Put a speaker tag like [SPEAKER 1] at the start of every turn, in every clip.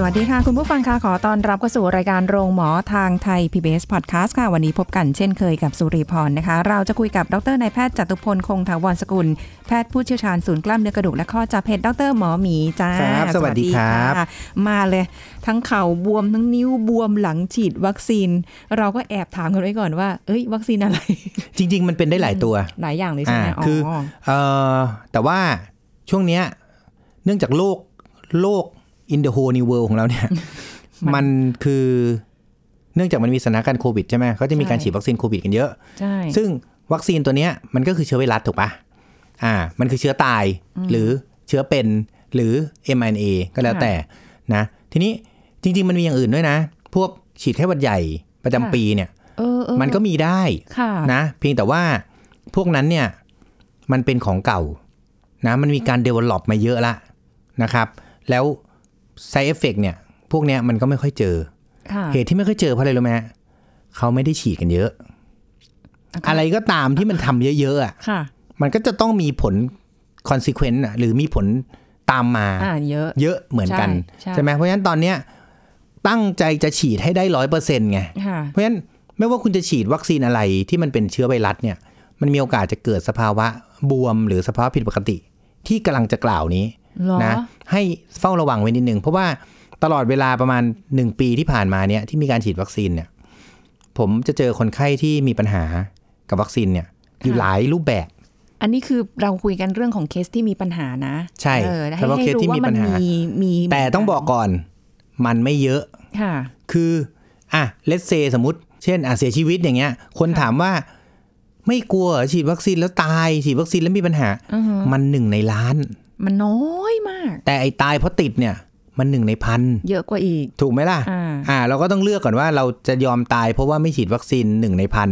[SPEAKER 1] สวัสดีค่ะ คุณผู้ฟังค่ะ ขอต้อนรับเข้าสู่รายการโรงหมอทางไทย PBS Podcast ค่ะ วันนี้พบกันเช่นเคยกับสุริพรนะคะ เราจะคุยกับดรนายแพทย์จตุพลคงถาวรสกุล แพทย์ผู้เชี่ยวชาญศูนย์กล้ามเนื้อกระดูกและข้อจากเพจดรหมอหมีจ้า
[SPEAKER 2] ครับสวัสดีครับ
[SPEAKER 1] ะมาเลย ทั้งเข่าบวมทั้งนิ้วบวมหลังฉีดวัคซีน เราก็แอบถามกันไว้ก่อนว่า เอ้ย วัคซีนอะไร
[SPEAKER 2] จริง ๆ มันเป็นได้หลายตัว
[SPEAKER 1] หลายอย่างเลยใช่ไหม
[SPEAKER 2] อ่าคืออ๋ เอ่อแต่ว่าช่วงเนี้ยเนื่องจากโลกโลก in the whole new world ของเราเนี่ย มันคือเนื่องจากมันมีสถานการณ์โควิดใช่ไหมเขาจะมีการฉีดวัคซีนโควิดกันเยอะ
[SPEAKER 1] ใช่
[SPEAKER 2] ซึ่งวัคซีนตัวเนี้ยมันก็คือเชื้อไวรัสถูกปะอ่า มันคือเชื้อตายหรือเชื้อเป็นหรือ mRNA ก็แล้ว
[SPEAKER 1] ค่ะ
[SPEAKER 2] แต่นะ ทีนี้จริง ๆ มันมีอย่างอื่นด้วยนะ พวกฉีดไข้หวัดใหญ่ประจำ
[SPEAKER 1] ค่ะ
[SPEAKER 2] ปีเนี่ย
[SPEAKER 1] เออเออ
[SPEAKER 2] มันก็มีได้
[SPEAKER 1] ค่ะ
[SPEAKER 2] นะเพียงแต่ว่าพวกนั้นเนี่ยมันเป็นของเก่านะมันมีการเดเวล็อปมาเยอะละนะครับ แล้ว side effect เนี่ยพวกเนี้ยมันก็ไม่ค่อยเจอ
[SPEAKER 1] ค่ะ
[SPEAKER 2] เหตุที่ไม่ค่อยเจอเพราะอะไรรู้ไหมฮะเขาไม่ได้ฉีดกันเยอะ อะไรก็ตามที่มันทำเยอะๆอะ
[SPEAKER 1] ค่ะ
[SPEAKER 2] มันก็จะต้องมีผล consequence อะหรือมีผลตามมา
[SPEAKER 1] อ่านเยอะ
[SPEAKER 2] เยอะเหมือนกัน
[SPEAKER 1] ใช่ใช่
[SPEAKER 2] ไหมเพราะฉะนั้นตอนเนี้ยตั้งใจจะฉีดให้ได้ร้อยเปอร์เซ็นต์ไง
[SPEAKER 1] ค่ะ
[SPEAKER 2] เพราะฉะนั้นไม่ว่าคุณจะฉีดวัคซีนอะไรที่มันเป็นเชื้อไวรัสเนี่ย มันมีโอกาสจะเกิดสภาวะบวมหรือสภาวะผิดปกติ ที่กำลังจะกล่าวนี้
[SPEAKER 1] เหรอ
[SPEAKER 2] นะให้เฝ้าระวังไว้นิดนึง เพราะว่าตลอดเวลาประมาณ 1 ปีที่ผ่านมาเนี่ยที่มีการฉีดวัคซีนเนี่ยผมจะเจอคนไข้ที่มีปัญหากับวัคซีนเนี่ยอยู่หลายรูปแบบ
[SPEAKER 1] อันนี้คือเราคุยกันเรื่องของเคสที่มีปัญหานะ
[SPEAKER 2] ใช่
[SPEAKER 1] เออให้
[SPEAKER 2] เฉพาะ
[SPEAKER 1] ให้
[SPEAKER 2] เคสที่
[SPEAKER 1] รู้ว่ามั
[SPEAKER 2] มีปั
[SPEAKER 1] น
[SPEAKER 2] ญหามี
[SPEAKER 1] มีมี
[SPEAKER 2] แต่ต้องบอกก่อนมันไม่เยอะ
[SPEAKER 1] ค่ะ
[SPEAKER 2] คืออ่ะเลสเซสมมติ เช่นอ่ะเสียชีวิตอย่างเงี้ย คนถามว่า ไม่กลัวเหรอฉีดวัคซีนแล้วตาย ฉีดวัคซีนแล้วมีปัญหา
[SPEAKER 1] อือฮึ
[SPEAKER 2] มันหนึ่งในล้าน
[SPEAKER 1] มันน้อยมาก
[SPEAKER 2] แต่ไอ้ตายเพราะติดเนี่ย มันหนึ่งในพัน
[SPEAKER 1] เยอะกว่าอีก
[SPEAKER 2] ถูกไหมล่ะ
[SPEAKER 1] อ่า
[SPEAKER 2] เราก็ต้องเลือกก่อนว่าเราจะยอมตายเพราะว่าไม่ฉีดวัคซีนหนึ่งในพัน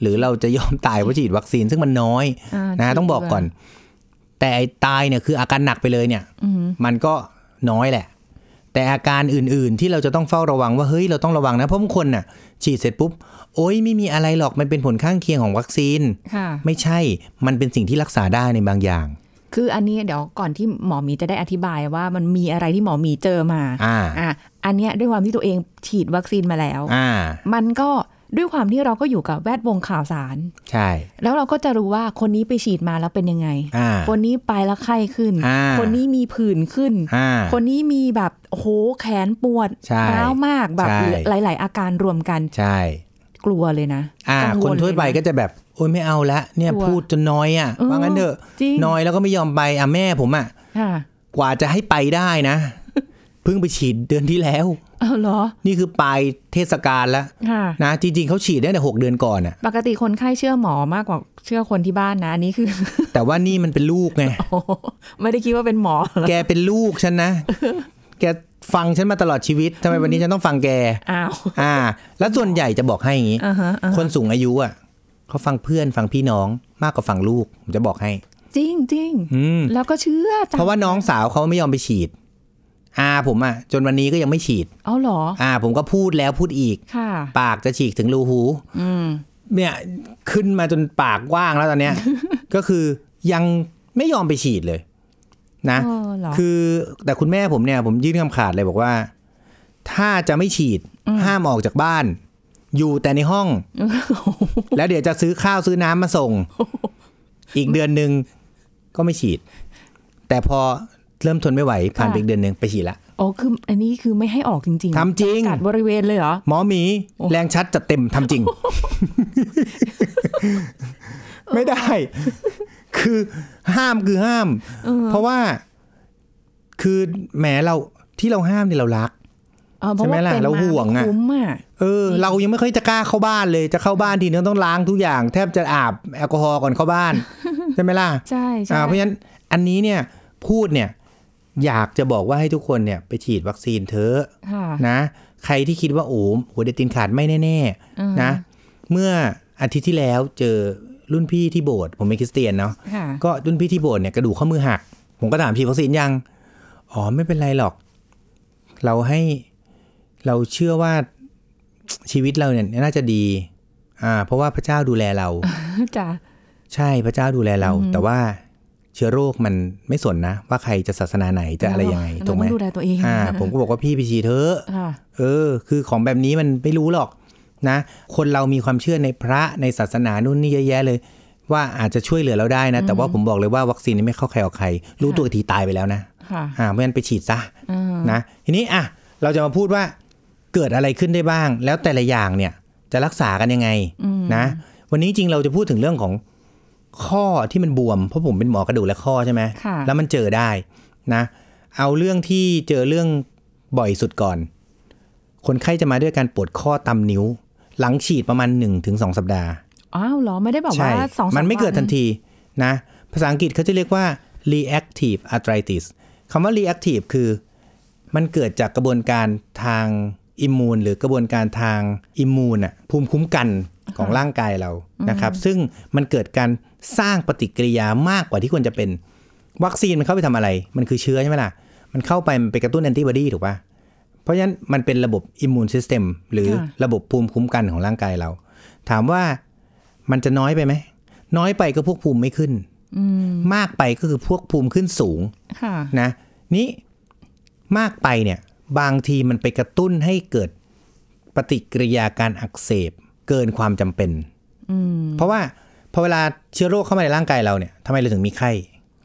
[SPEAKER 2] หรือเราจะยอมตาย เพราะฉีดวัคซีนซึ่งมันน้อย
[SPEAKER 1] อ่า
[SPEAKER 2] นะต้องบอกก่อน แต่ไอ้ตายเนี่ยคืออาการหนักไปเลยเนี่ย มันก็น้อยแหละ แต่อาการอื่นๆที่เราจะต้องเฝ้าระวังว่าเฮ้ยเราต้องระวังนะเพราะบางคนน่ะ ฉีดเสร็จปุ๊บ โอ๊ยไม่มีอะไรหรอกมันเป็นผลข้างเคียงของวัคซีน
[SPEAKER 1] ค่ะ
[SPEAKER 2] ไม่ใช่มันเป็นสิ่งที่รักษาได้ในบางอย่าง
[SPEAKER 1] คืออันนี้เดี๋ยวก่อนที่หมอหมีจะได้อธิบายว่ามันมีอะไรที่หมอหมีเจอมา
[SPEAKER 2] อ่า
[SPEAKER 1] อ่ะอันเนี้ยด้วยความที่ตัวเองฉีดวัคซีนมาแล้ว
[SPEAKER 2] อ่า
[SPEAKER 1] มันก็ด้วยความที่เราก็อยู่กับแวดวงข่าวสาร
[SPEAKER 2] ใช่
[SPEAKER 1] แล้วเราก็จะรู้ว่าคนนี้ไปฉีดมาแล้วเป็นยังไง
[SPEAKER 2] อ่า
[SPEAKER 1] คนนี้ไปแล้วไข้ขึ้น
[SPEAKER 2] อ่า
[SPEAKER 1] คนนี้มีผื่นขึ้น
[SPEAKER 2] อ่า
[SPEAKER 1] คนนี้มีแบบโอ้โหแขนปวด
[SPEAKER 2] ใช่
[SPEAKER 1] ร้าวมากแบบ
[SPEAKER 2] ใช่
[SPEAKER 1] หลาย ๆ อาการรวมกัน
[SPEAKER 2] ใช่
[SPEAKER 1] กลัวเลยนะ
[SPEAKER 2] อ่า
[SPEAKER 1] กังวล
[SPEAKER 2] คนทั่วไป
[SPEAKER 1] เลยะ
[SPEAKER 2] ก็จะแบบโอ้ยไม่เอาละเนี่ย
[SPEAKER 1] กลัว
[SPEAKER 2] พูดจนน้อยอ่ะ
[SPEAKER 1] เออ
[SPEAKER 2] ว่างั้นเถอะ
[SPEAKER 1] จริง
[SPEAKER 2] น้อยแล้วก็ไม่ยอมไปอ่ะแม่ผมอ่ะ
[SPEAKER 1] ค่ะ
[SPEAKER 2] กว่าจะให้ไปได้นะ เพิ่งไปฉีดเดือนที่แล้ว
[SPEAKER 1] เอาเหรอ
[SPEAKER 2] นี่คือปลายเทศกาลแล้ว
[SPEAKER 1] ค่ะ
[SPEAKER 2] นะจริงๆเขาฉีดได้แต่หกเดือนก่อนอ่ะ
[SPEAKER 1] ปกติคนไข้เชื่อหมอมากกว่าเชื่อคนที่บ้านนะอันนี้คือ
[SPEAKER 2] แต่ว่านี่มันเป็นลูกไง
[SPEAKER 1] โอ้โหไม่ได้คิดว่าเป็นหมอเหรอ
[SPEAKER 2] แกเป็นลูกฉันนะ แกฟังฉันมาตลอดชีวิตทำไมวันนี้ฉันต้องฟังแก
[SPEAKER 1] อ้าว
[SPEAKER 2] อ่า แล้วส่วนใหญ่จะบอกให้อย่างนี้
[SPEAKER 1] อ่าฮะอ่า
[SPEAKER 2] คนสูงอายุอ่ะเขาฟังเพื่อนฟังพี่น้องมากกว่าฟังลูกผมจะบอกให้
[SPEAKER 1] จริงจริง
[SPEAKER 2] อืม
[SPEAKER 1] แล้วก็เชื่อจั
[SPEAKER 2] เพราะว่าน้องสาวเขาไม่ยอมไปฉีด อาผมอะจนวันนี้ก็ยังไม่ฉีด
[SPEAKER 1] เอาเหรอ
[SPEAKER 2] อาผมก็พูดแล้วพูดอีก
[SPEAKER 1] ค่ะ
[SPEAKER 2] ปากจะฉีกถึงรูหู
[SPEAKER 1] อืม
[SPEAKER 2] เนี่ยขึ้นมาจนปากว่างแล้วตอนเนี้ย ก็คือยังไม่ยอมไปฉีดเลย นะ
[SPEAKER 1] เออเหรอ
[SPEAKER 2] คือแต่คุณแม่ผมเนี่ยผมยื่นคำขาดเลยบอกว่า ถ้าจะไม่ฉีดห้ามออกจากบ้าน อยู่แต่ในห้อง แล้วเดี๋ยวจะซื้อข้าวซื้อน้ำมาส่ง อีกเดือนหนึ่งก็ไม่ฉีด แต่พอเริ่มทนไม่ไหวผ่านไปอีกเดือนหนึ่งไปฉีดละ
[SPEAKER 1] โอ้คืออันนี้คือไม่ให้ออกจริงๆ
[SPEAKER 2] ทำจริง
[SPEAKER 1] กัดบริเวณเลยเหรอ
[SPEAKER 2] หมอหมี
[SPEAKER 1] โอ้
[SPEAKER 2] แรงชัดจัดเต็มทำจริง ไม่ได้ คือห้ามคือห้าม เพราะว่าคือแหมเราที่เราห้ามเนี่ยเรารัก
[SPEAKER 1] เออเพราะ
[SPEAKER 2] ใช่ไหม
[SPEAKER 1] ว่า
[SPEAKER 2] ล่ะ
[SPEAKER 1] เป็น
[SPEAKER 2] เรา
[SPEAKER 1] มา
[SPEAKER 2] ห่วงอะ
[SPEAKER 1] ไม่คุ้มอ่ะ
[SPEAKER 2] เออ เรายังไม่ค่อยจะกล้าเข้าบ้านเลย จะเข้าบ้านทีนึงต้องล้างทุกอย่าง แทบจะอาบ แอลกอฮอล์ก่อนเข้าบ้าน ใช่ไหมล่ะ
[SPEAKER 1] ใช่ใช่
[SPEAKER 2] อ่าเพราะฉะนั้นอันนี้เนี่ยพูดเนี่ย อยากจะบอกว่าให้ทุกคนเนี่ยไปฉีดวัคซีนเถอะ
[SPEAKER 1] ค่ะ
[SPEAKER 2] นะ ใครที่คิดว่าโอ้หัวเด็ดตีนขาดไม่แน่
[SPEAKER 1] อืม
[SPEAKER 2] ๆนะ เมื่ออาทิตย์ที่แล้วเจอรุ่นพี่ที่โบสถ์ผมเป็นคริสเตียนเนาะ
[SPEAKER 1] ค่ะ
[SPEAKER 2] ก็รุ่นพี่ที่โบสถ์เนี่ยกระดูกข้อมือหัก ผมก็ถามฉีดวัคซีนยัง อ๋อไม่เป็นไรหรอก เราให้เราเชื่อว่าชีวิตเราเนี่ยน่าจะดี อ่า เพราะว่าพระเจ้าดูแล เรา
[SPEAKER 1] จ้ะ
[SPEAKER 2] ใช่พระเจ้าดูแลเรา แต่ว่าเชื้อโรคมันไม่สนนะ ว่าใครจะศาสนาไหนจะอะไรยังไง
[SPEAKER 1] เออ
[SPEAKER 2] ถูกไหม
[SPEAKER 1] เราต้องดูแลตัวเอง
[SPEAKER 2] อ่า ผมก็บอกว่าพี่ไปฉีดเถอะ
[SPEAKER 1] ค่ะ
[SPEAKER 2] เออ คือของแบบนี้มันไม่รู้หรอกนะ คนเรามีความเชื่อในพระในศาสนานู่นนี่เยอะแยะเลย ว่าอาจจะช่วยเหลือเราได้นะ แต่ว่าผมบอกเลยว่าวัคซีนนี้ไม่เข้าใครออกใคร รู้ตัวอีกทีตายไปแล้วนะ
[SPEAKER 1] ค่ะ
[SPEAKER 2] อ่าเพราะฉะนั้นไปฉีดซะ
[SPEAKER 1] อืม
[SPEAKER 2] นะ ทีนี้อ่ะเราจะมาพูดว่าเกิดอะไรขึ้นได้บ้าง แล้วแต่ละอย่างเนี่ยจะรักษากันยังไงนะ วันนี้จริงเราจะพูดถึงเรื่องของข้อที่มันบวม เพราะผมเป็นหมอกระดูกและข้อใช่ไหม
[SPEAKER 1] ค่ะ
[SPEAKER 2] แล้วมันเจอได้นะ เอาเรื่องที่เจอเรื่องบ่อยสุดก่อน คนไข้จะมาด้วยการปวดข้อตามนิ้ว หลังฉีดประมาณ 1-2 สัปดาห์
[SPEAKER 1] อ้าวเหรอไม่ได้แบบ
[SPEAKER 2] ใช่
[SPEAKER 1] ว่าสองสา
[SPEAKER 2] มันไม่เกิด
[SPEAKER 1] วั
[SPEAKER 2] ทันทีนะ ภาษาอังกฤษเขาจะเรียกว่า reactive arthritis คำว่า reactive คือมันเกิดจากกระบวนการทางอิมมูนหรือกระบวนการทางอิมมูนอะภูมิคุ้มกันของร่างกายเรานะครับ ซึ่งมันเกิดการสร้างปฏิกิริยามากกว่าที่ควรจะเป็น วัคซีนมันเข้าไปทำอะไร มันคือเชื้อใช่ไหมล่ะ มันเข้าไปมันไปกระตุ้นแอนติบอดีถูกปะเพราะฉะนั้นมันเป็นระบบอิมมูนซิสเต็มหรือ
[SPEAKER 1] ค่ะ
[SPEAKER 2] ระบบภูมิคุ้มกันของร่างกายเรา ถามว่ามันจะน้อยไปไหม น้อยไปก็พวกภูมิไม่ขึ้น
[SPEAKER 1] อืม
[SPEAKER 2] มากไปก็คือพวกภูมิขึ้นสูง
[SPEAKER 1] ค่ะ
[SPEAKER 2] นะ นี้มากไปเนี่ย บางทีมันไปกระตุ้นให้เกิดปฏิกิริยาการอักเสบ เกินความจำเป็น
[SPEAKER 1] อืม
[SPEAKER 2] เพราะว่าพอเวลาเชื้อโรคเข้ามาในร่างกายเราเนี่ยทำไมเราถึงมีไข้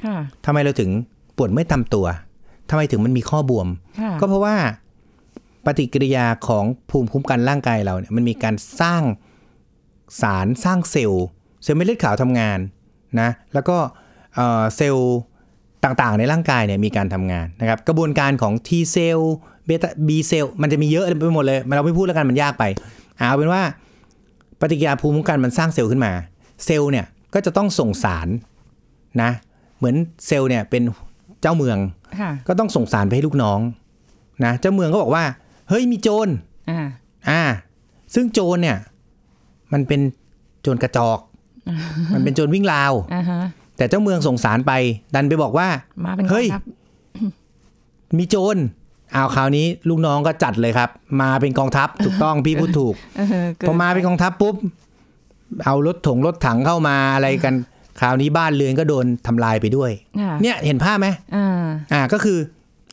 [SPEAKER 1] ค่ะ
[SPEAKER 2] ทำไมเราถึงปวดเมื่อยตามตัว ทำไมถึงมันมีข้อบวม
[SPEAKER 1] ค่ะ
[SPEAKER 2] ก็เพราะว่าปฏิกิริยาของภูมิคุ้มกันร่างกายเราเนี่ยมันมีการสร้างสารสร้างเซลล์เซลล์เม็ดเลือดขาวทำงานนะ แล้วก็เอ่อเซลล์ต่างๆในร่างกายเนี่ยมีการทำงานนะครับ กระบวนการของ T เซลล์เบต้า B เซลล์มันจะมีเยอะไปหมดเลยมันเราไม่พูดแล้วกันมันยากไปอ่ะเอาเป็นว่า ปฏิกิริยาภูมิคุ้มกันมันสร้างเซลล์ขึ้นมา เซลล์เนี่ยก็จะต้องส่งสารนะ เหมือนเซลล์เนี่ยเป็นเจ้าเมือง
[SPEAKER 1] ค่ะ
[SPEAKER 2] ก็ต้องส่งสารไปให้ลูกน้องนะเจ้าเมืองก็บอกว่า เฮ้ยมีโจร
[SPEAKER 1] อ่า
[SPEAKER 2] อ่า ซึ่งโจรเนี่ย มันเป็นโจรกระจอก มันเป็นโจรวิ่งราว
[SPEAKER 1] อ่าฮะ
[SPEAKER 2] แต่เจ้าเมืองส่งสารไป ดันไปบอกว่า
[SPEAKER 1] มาเป็น
[SPEAKER 2] เฮ้ย
[SPEAKER 1] กองทัพ
[SPEAKER 2] มีโจรอ้าวคราวนี้ลูกน้องก็จัดเลยครับ มาเป็นกองทัพถูกต้องพี่พูดถูก
[SPEAKER 1] เออเกิด
[SPEAKER 2] พอมาเป็นกองทัพปุ๊บ เอารถถงรถถังเข้ามาอะไรกัน คราวนี้บ้านเรือนก็โดนทำลายไปด้วย
[SPEAKER 1] ค่ะ
[SPEAKER 2] เนี่ยเห็นภาพไหม
[SPEAKER 1] อ่า
[SPEAKER 2] อ่าก็คือ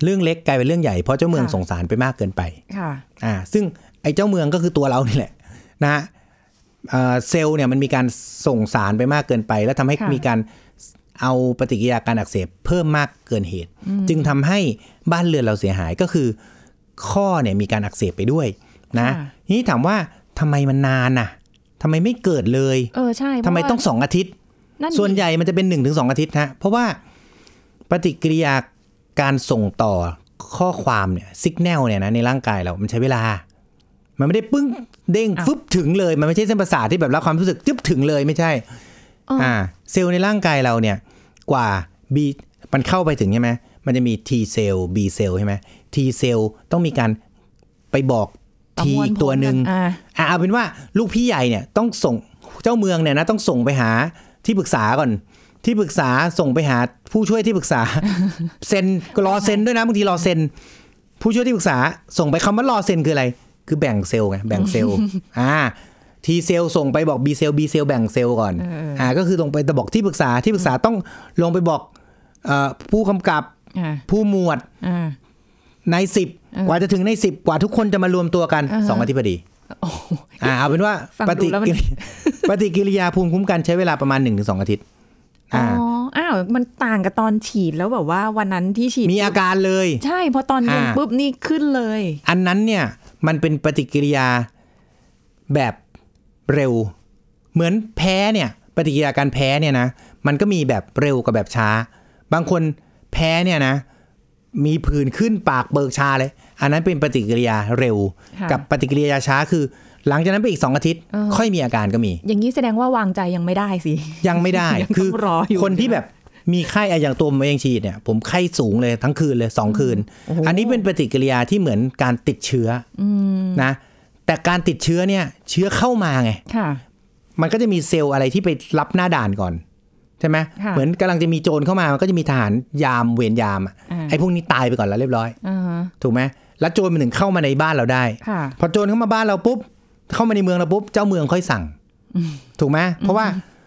[SPEAKER 2] เรื่องเล็กกลายเป็นเรื่องใหญ่เพราะเจ้าเมือง
[SPEAKER 1] ค่ะ
[SPEAKER 2] สงสารไปมากเกินไป
[SPEAKER 1] ค่ะ
[SPEAKER 2] อ่าซึ่งไอ้เจ้าเมืองก็คือตัวเรานี่แหละนะฮะเอ่อเซลล์เนี่ยมันมีการส่งสารไปมากเกินไป แล้วทำให้
[SPEAKER 1] ค่ะ
[SPEAKER 2] มีการเอาปฏิกิริยาการอักเสบเพิ่มมากเกินเหตุ จึงทำให้บ้านเรือนเราเสียหายก็คือ ข้อเนี่ยมีการอักเสบไปด้วยนะทีนี้ถามว่าทำไมมันนานน่ะทำไมไม่เกิดเลย
[SPEAKER 1] เออใช่เพ
[SPEAKER 2] ทำ
[SPEAKER 1] ราะ
[SPEAKER 2] ไม
[SPEAKER 1] ว่า
[SPEAKER 2] ต้องสองอาทิตย์
[SPEAKER 1] นั่น
[SPEAKER 2] ส่วนใหญ่มันจะเป็น1นถึงสอาทิตย์นะเพราะว่าปฏิกิริยาการส่งต่อข้อความเนี่ยสัญญาณเนี่ยนะในร่างกายเรา มันใช้เวลา มันไม่ได้ปึ้งเด้งฟึบถึงเลย มันไม่ใช่เส้นประสาทที่แบบรับความรู้สึกจึ๊บถึงเลยไม่ใช่ อ่า เซลล์ในร่างกายเราเนี่ย กว่า B มันเข้าไปถึงใช่ไหมมันจะมี T เซลล์ B เซลล์ใช่ไหม T เซลล์ต้องมีการไปบอก
[SPEAKER 1] ประ
[SPEAKER 2] T
[SPEAKER 1] มล
[SPEAKER 2] อีก
[SPEAKER 1] ผล
[SPEAKER 2] ตัวหนึ่ง
[SPEAKER 1] อ่า
[SPEAKER 2] อ่ะเอาเป็นว่าลูกพี่ใหญ่เนี่ยต้องส่งเจ้าเมืองเนี่ยนะต้องส่งไปหาที่ปรึกษาก่อน ที่ปรึกษาส่งไปหาผู้ช่วยที่ปรึ กษา เซ็นก็รอเซ็นด้วยนะบางทีรอเซ็น ผู้ช่วยที่ปรึกษาส่งไปคำว่ารอเซ็นคืออะไร คือแบ่งเซลล์ไงแบ่งเซล ล์ อ่าทีเซลส่งไปบอก B เซล B เซลแบ่งเซลล์ก่อน
[SPEAKER 1] เออ
[SPEAKER 2] อ่าก็คือลงไปแต่บอกที่ปรึกษาที่ปรึกษาต้องลงไปบอกเอ่อผู้กำกับ
[SPEAKER 1] อ่า
[SPEAKER 2] ผู้หมวด
[SPEAKER 1] อ่า
[SPEAKER 2] ในสิบ
[SPEAKER 1] เออก
[SPEAKER 2] ว่าจะถึงในสิบกว่าทุกคนจะมารวมตัวกัน
[SPEAKER 1] อ่าฮะ
[SPEAKER 2] สองอาทิตย์พอดี
[SPEAKER 1] โอ้โห
[SPEAKER 2] อ่าเอาเป็นว่า
[SPEAKER 1] ฟัง
[SPEAKER 2] ป
[SPEAKER 1] ดู
[SPEAKER 2] ฏิ
[SPEAKER 1] แล้วมัน
[SPEAKER 2] กิริปฏิกิริยาภูมิคุ้มกันใช้เวลาประมาณ 1-2 อาทิตย์
[SPEAKER 1] อ๋
[SPEAKER 2] อ่า
[SPEAKER 1] ออ้าวมันต่างกับตอนฉีดแล้วแบบว่าวันนั้นที่ฉีด
[SPEAKER 2] มีอาการเลย
[SPEAKER 1] ใช่เพอตอนเย็น
[SPEAKER 2] อ่า
[SPEAKER 1] ปุ๊บนี่ขึ้นเลย
[SPEAKER 2] อันนั้นเนี่ย มันเป็นปฏิกิริยาแบบเร็ว เหมือนแพ้เนี่ย ปฏิกิริยาการแพ้เนี่ยนะมันก็มีแบบเร็วกับแบบช้า บางคนแพ้เนี่ยนะ มีผื่นขึ้นปากเบิกชาเลย อันนั้นเป็นปฏิกิริยาเร็ว
[SPEAKER 1] ค่ะ
[SPEAKER 2] กับปฏิกิริยาช้าคือ หลังจากนั้นไปอีกสองอาทิตย์
[SPEAKER 1] เออ
[SPEAKER 2] ค่อยมีอาการก็มี
[SPEAKER 1] อย่างนี้แสดงว่าวางใจยังไม่ได้สิ
[SPEAKER 2] ยังไม่ได้
[SPEAKER 1] ยังต้อง
[SPEAKER 2] คือ
[SPEAKER 1] รออยู่
[SPEAKER 2] คนที่
[SPEAKER 1] ใช่ไหม
[SPEAKER 2] แบบ มีไข้อะอย่างตัวผมเองฉีดเนี่ยผมไข้สูงเลยทั้งคืนเลยสองคืน อันนี้เป็นปฏิกิริยาที่เหมือนการติดเชื้ออนะ แต่การติดเชื้อเนี่ย เชื้อเข้ามาไง
[SPEAKER 1] ค่ะ
[SPEAKER 2] มันก็จะมีเซลล์อะไรที่ไปรับหน้าด่านก่อน ใช่ไหม
[SPEAKER 1] ค่ะ
[SPEAKER 2] เหมือนกำลังจะมีโจรเข้ามามันก็จะมีทหารยามเวรยามอะไอ้พวกนี้ตายไปก่อนแล้วเรียบร้อย
[SPEAKER 1] อ่าฮะ
[SPEAKER 2] ถูกไหมแล้วโจรมันถึงเข้ามาในบ้านเราได้
[SPEAKER 1] ค่ะ
[SPEAKER 2] พอโจรเข้ามาบ้านเราปุ๊บ เข้ามาในเมืองเราปุ๊บ เจ้าเมืองค่อยสั่ง ถูกไหมเพราะว่า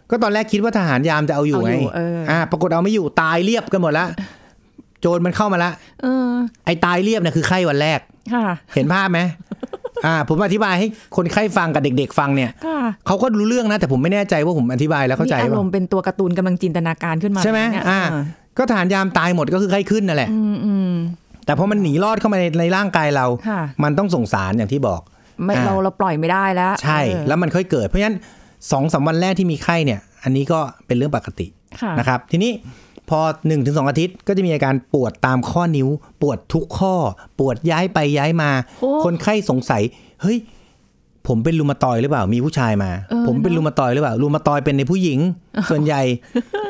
[SPEAKER 2] ก็ตอนแรกคิดว่าทหารยามจะเอาอยู่
[SPEAKER 1] เอา
[SPEAKER 2] ไง
[SPEAKER 1] อยู่เอออ่
[SPEAKER 2] ปรากฏเอาไม่อยู่ตายเรียบกันหมดละโจรมันเข้ามาละ
[SPEAKER 1] เออ
[SPEAKER 2] ไอ้ตายเรียบเนี่ยคือไข้วันแรก
[SPEAKER 1] ค่ะ
[SPEAKER 2] เห็นภาพไหมอ่า ผมอธิบายให้คนไข้ฟังกับเด็ก ๆ ฟังเนี่ย
[SPEAKER 1] ค่ะ
[SPEAKER 2] เขาก็รู้เรื่องนะ แต่ผมไม่แน่ใจว่าผมอธิบายแล้วเข้าใจ
[SPEAKER 1] นี่อาร
[SPEAKER 2] ป่ะ
[SPEAKER 1] มณ์เป็นตัวการ์ตูนกำลังจินตนาการขึ้นมา
[SPEAKER 2] ใช่ไหม
[SPEAKER 1] เนี่ย
[SPEAKER 2] อ่า
[SPEAKER 1] เออ
[SPEAKER 2] ก็ทหารยามตายหมดก็คือไข้ขึ้นนั่นแหละ
[SPEAKER 1] อืมอืม
[SPEAKER 2] แต่พอมันหนีรอดเข้ามาในในร่างกายเรา
[SPEAKER 1] ค่ะ
[SPEAKER 2] มันต้องส่งสารอย่างที่บอก
[SPEAKER 1] ไม่
[SPEAKER 2] อ่า
[SPEAKER 1] เราเราปล่อยไม่ได้แล้ว
[SPEAKER 2] ใช่
[SPEAKER 1] เออ
[SPEAKER 2] แล้วมันค่อยเกิดเพราะฉะนั้นสองสามวันแรกที่มีไข้เนี่ย อันนี้ก็เป็นเรื่องปกติ
[SPEAKER 1] ค่ะ
[SPEAKER 2] นะครับ ทีนี้พอ1นถึงสอาทิตย์ก็จะมีอาการปวดตามข้อนิ้ว ปวดทุกข้อ ปวดย้ายไปย้ายมา
[SPEAKER 1] โอ้
[SPEAKER 2] คนไข้สงสัย เฮ้ย ผมเป็นรูมาตอยหรือเปล่า มีผู้ชายมา
[SPEAKER 1] เออ
[SPEAKER 2] ผมเป็น
[SPEAKER 1] เนอะ
[SPEAKER 2] รูมาตอยหรือเปล่ารูมาตอยเป็นในผู้หญิง ส่วนใหญ่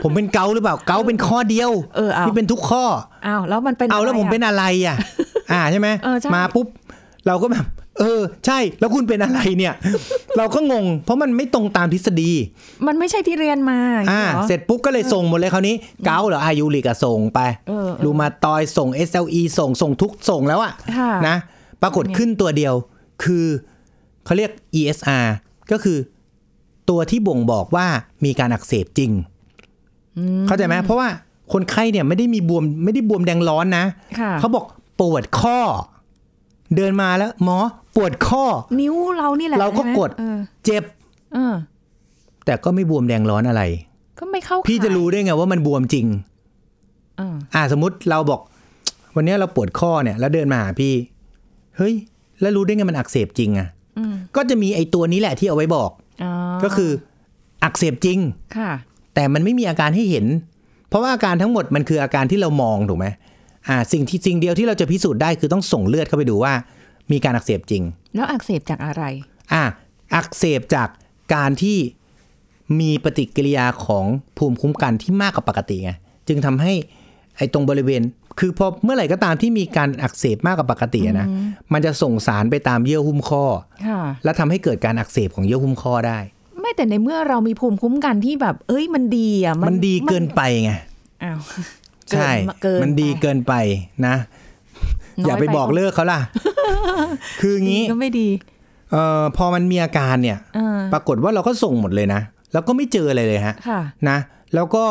[SPEAKER 2] ผมเป็นเกาต์หรือเปล่าเกาต์เป็นข้อเดียว
[SPEAKER 1] เออเอา
[SPEAKER 2] ที่เป็นทุกข้อ
[SPEAKER 1] เอาวแล้วมันเป็น
[SPEAKER 2] เอาแล้ว
[SPEAKER 1] ะ
[SPEAKER 2] ผม
[SPEAKER 1] ไระ
[SPEAKER 2] เป็นอะไร อ่ะ อ่าใช่ไหม
[SPEAKER 1] เออใช่
[SPEAKER 2] มาปุ๊บ เราก็แบบ เออ ใช่แล้วคุณเป็นอะไรเนี่ย เราก็งง เพราะมันไม่ตรงตามทฤษฎี
[SPEAKER 1] มันไม่ใช่ที่เรียนมาย่ง
[SPEAKER 2] อ่า
[SPEAKER 1] งี้ยห
[SPEAKER 2] เสร็จปุ๊บก็เลยส่งหมดเลยคราวนี้เกาต์เหรออายุลิกอะส่งไป
[SPEAKER 1] เออเออ
[SPEAKER 2] รูมาตอยส่ง SLE ส่งส่งทุกส่งแล้วอะ
[SPEAKER 1] ค่ะ
[SPEAKER 2] นะปรากฏขึ้นตัวเดียวคือเขาเรียก ESR ก็คือตัวที่บ่งบอกว่ามีการอักเสบจริง เข้าใจไหมเพราะว่าคนไข้เนี่ยไม่ได้มีบวมไม่ได้บวมแดงร้อนนะ
[SPEAKER 1] ค่ะ
[SPEAKER 2] เขาบอกปวดข้อ เดินมาแล้ว หมอปวดข้อ
[SPEAKER 1] นิ้วเรานี่แหละ
[SPEAKER 2] เราก็
[SPEAKER 1] ใช่ไหม
[SPEAKER 2] กด
[SPEAKER 1] เออ
[SPEAKER 2] เจ็บ
[SPEAKER 1] เออ
[SPEAKER 2] แต่ก็ไม่บวมแดงร้อนอะไร
[SPEAKER 1] ก็ไม่เข้า
[SPEAKER 2] พี่จะ
[SPEAKER 1] ข่าย
[SPEAKER 2] รู้ได้ไงว่ามันบวมจริง
[SPEAKER 1] เออ
[SPEAKER 2] อ่าสมมติเราบอก วันเนี้ยเราปวดข้อเนี่ย แล้วเดินมาหาพี่ เฮ้ย แล้วรู้ได้ไงมันอักเสบจริงอะ่ะ
[SPEAKER 1] อืม
[SPEAKER 2] ก็จะมีไอ้ตัวนี้แหละที่เอาไว้บอก
[SPEAKER 1] อ๋อ
[SPEAKER 2] ก็คืออักเสบจริง
[SPEAKER 1] ค่ะ
[SPEAKER 2] แต่มันไม่มีอาการให้เห็น เพราะว่าอาการทั้งหมดมันคืออาการที่เรามองถูกไหมอ่า สิ่งที่สิ่งเดียวที่เราจะพิสูจน์ได้คือต้องส่งเลือดเข้าไปดูว่า มีการอักเสบจริง
[SPEAKER 1] แล้วอักเสบจากอะไร
[SPEAKER 2] อ่ะอักเสบจากการที่มีปฏิกิริยาของภูมิคุ้มกันที่มากกว่าปกติไงจึงทำให้ไอ้ตรงบริเวณ คือพอเมื่อไหร่ก็ตามที่มีการอักเสบมากกว่าปกติอะนะมันจะส่งสารไปตามเยื่อหุ้มข้อ
[SPEAKER 1] ค่ะ
[SPEAKER 2] และทำให้เกิดการอักเสบของเยื่อหุ้มข้อได้
[SPEAKER 1] ไม่แต่ในเมื่อเรามีภูมิคุ้มกันที่แบบ เอ้ยมันดีอ่ะ
[SPEAKER 2] มันดีเกิน
[SPEAKER 1] มั
[SPEAKER 2] ไปไง
[SPEAKER 1] อ้าว
[SPEAKER 2] ใช่
[SPEAKER 1] เกิน
[SPEAKER 2] มันดีเกินไปนะ
[SPEAKER 1] น้
[SPEAKER 2] อย่าไปบอกเลิกเขา ล่ะ คือ
[SPEAKER 1] ดี
[SPEAKER 2] งี้
[SPEAKER 1] ก็ไม่ดี
[SPEAKER 2] เอ่อพอมันมีอาการเนี่ย
[SPEAKER 1] เออ
[SPEAKER 2] ปรากฏว่าเราก็ส่งหมดเลยนะ แล้วก็ไม่เจออะไรเลยฮะ
[SPEAKER 1] ค่ะ
[SPEAKER 2] นะแล้วก็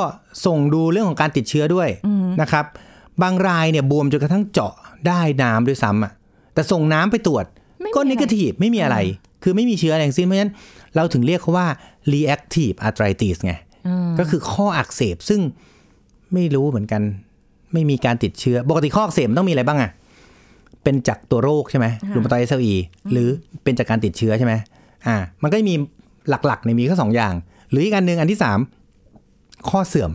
[SPEAKER 2] ส่งดูเรื่องของการติดเชื้อด้วยนะครับ บางรายเนี่ยบวมจนกระทั่งเจาะได้น้ำด้วยซ้ำอ่ะแต่ส่งน้ำไปตรวจ
[SPEAKER 1] ไม่มี
[SPEAKER 2] ก็
[SPEAKER 1] อะไร
[SPEAKER 2] นิเกทีฟไม่มีอะไร คือไม่มีเชื้ออะไรทั้งสิ้นเพราะฉะนั้นเราถึงเรียกเขาว่า reactive arthritis ไง
[SPEAKER 1] เออ
[SPEAKER 2] ก็คือข้ออักเสบซึ่งไม่รู้เหมือนกัน ไม่มีการติดเชื้อปกติข้ออักเสบมันต้องมีอะไรบ้างอ่ะเป็นจากตัวโรคใช่ไหมหรือมาตอยเอสอีหรือเป็นจากการติดเชื้อใช่ไหมอ่า มันก็จะมีหลักๆในยมีแค่สองอย่าง หรืออีกอันหนึ่งอันที่สาม ข้อเสื่อม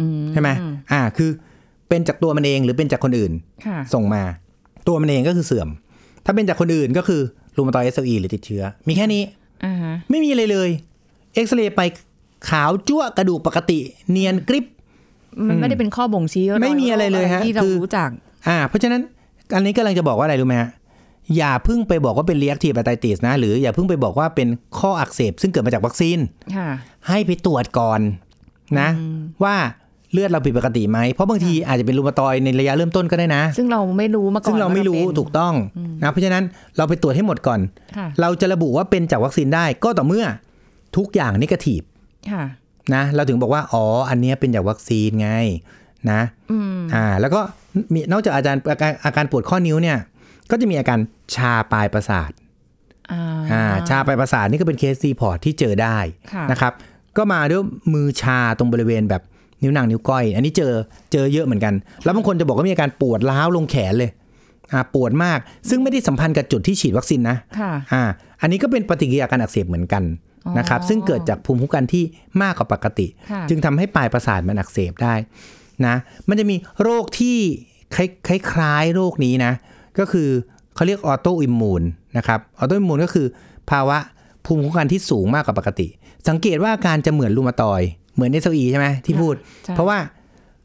[SPEAKER 1] อืม
[SPEAKER 2] ใช่ไหมอ่า คือเป็นจากตัวมันเองหรือเป็นจากคนอื่น
[SPEAKER 1] ค่ะ
[SPEAKER 2] ส่งมา ตัวมันเองก็คือเสื่อม ถ้าเป็นจากคนอื่นก็คือรูมาตอยเอสอีหรือติดเชื้อ มีแค่นี้
[SPEAKER 1] อ่าฮะ
[SPEAKER 2] ไม่มีอะไรเลย เอ็กซเรย์ไปขาวจั้วกระดูกปกติ เนียนกริบ
[SPEAKER 1] มันไม่ได้เป็นข้อบ่งชี้ว่า
[SPEAKER 2] ไม่มีอะไรเลยฮะ
[SPEAKER 1] ที่เรา
[SPEAKER 2] คือ
[SPEAKER 1] รู้จัก
[SPEAKER 2] อ่า เพราะฉะนั้นอันนี้กำลังจะบอกว่าอะไรรู้ไหมฮะอย่าเพิ่งไปบอกว่าเป็นเรียกทีปไตติสนะ หรืออย่าเพิ่งไปบอกว่าเป็นข้ออักเสบ ซึ่งเกิดมาจากวัคซีน
[SPEAKER 1] ค่ะ
[SPEAKER 2] ให้ไปตรวจก่อนนะ ว่าเลือดเราผิดปกติไหม เพราะบางทีอาจจะเป็นรูมาตอยด์ในระยะเริ่มต้นก็ได้นะ
[SPEAKER 1] ซึ่งเราไม่รู้มาก่อน
[SPEAKER 2] ซึ่งเราไม่รู้
[SPEAKER 1] ว่เป็น
[SPEAKER 2] ถูกต้องนะเพราะฉะนั้นเราไปตรวจให้หมดก่อน
[SPEAKER 1] ค่ะ
[SPEAKER 2] เราจะระบุว่าเป็นจากวัคซีนได้ก็ต่อเมื่อทุกอย่างนิเกทีฟ
[SPEAKER 1] ค่ะ
[SPEAKER 2] นะ เราถึงบอกว่า อ๋อ อันเนี้ยเป็นจากวัคซีนไงนะ
[SPEAKER 1] อืม
[SPEAKER 2] อ่า แล้วก็มีนอกจากอาจารย์อาการอาการปวดข้อนิ้วเนี่ย ก็จะมีอาการชาปลายประสาท
[SPEAKER 1] อ่า
[SPEAKER 2] อ่าชาปลายประสาทนี่ก็เป็นเคสซีพอร์ตที่เจอได้
[SPEAKER 1] ค่ะ
[SPEAKER 2] นะครับ ก็มาด้วยมือชาตรงบริเวณแบบนิ้วนางนิ้วก้อย อันนี้เจอเจอเยอะเหมือนกัน แล้วบางคนจะบอกว่ามีอาการปวดร้าวลงแขนเลยอ่าปวดมาก ซึ่งไม่ได้สัมพันธ์กับจุดที่ฉีดวัคซีนนะ
[SPEAKER 1] ค่ะ
[SPEAKER 2] อ่าอันนี้ก็เป็นปฏิกิริยาการอักเสบเหมือนกัน
[SPEAKER 1] อ๋อ
[SPEAKER 2] นะครับซึ่งเกิดจากภูมิคุ้มกันที่มากกว่าปกติ
[SPEAKER 1] ค่ะ
[SPEAKER 2] จึงทำให้ปลายประสาทมันอักเสบได้นะมันจะมีโรคที่คล้ายคล้ายๆโรคนี้นะ ก็คือเขาเรียกออโตอิมูนนะครับออโตอิมูนก็คือภาวะภูมิคุ้มกันที่สูงมากกว่าปกติ สังเกตว่าอาการจะเหมือนรูมาตอยด์เหมือนเอสอีใช่ไหมที่พูด
[SPEAKER 1] ใช่
[SPEAKER 2] เพราะว่า